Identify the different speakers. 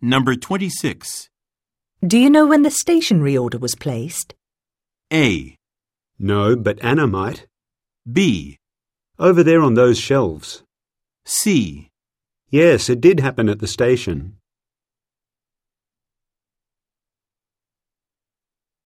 Speaker 1: Number 26.
Speaker 2: Do you know when the stationery order was placed?
Speaker 1: A.
Speaker 3: No, but Anna might.
Speaker 1: B.
Speaker 3: Over there on those shelves.
Speaker 1: C.
Speaker 3: Yes, it did happen at the station.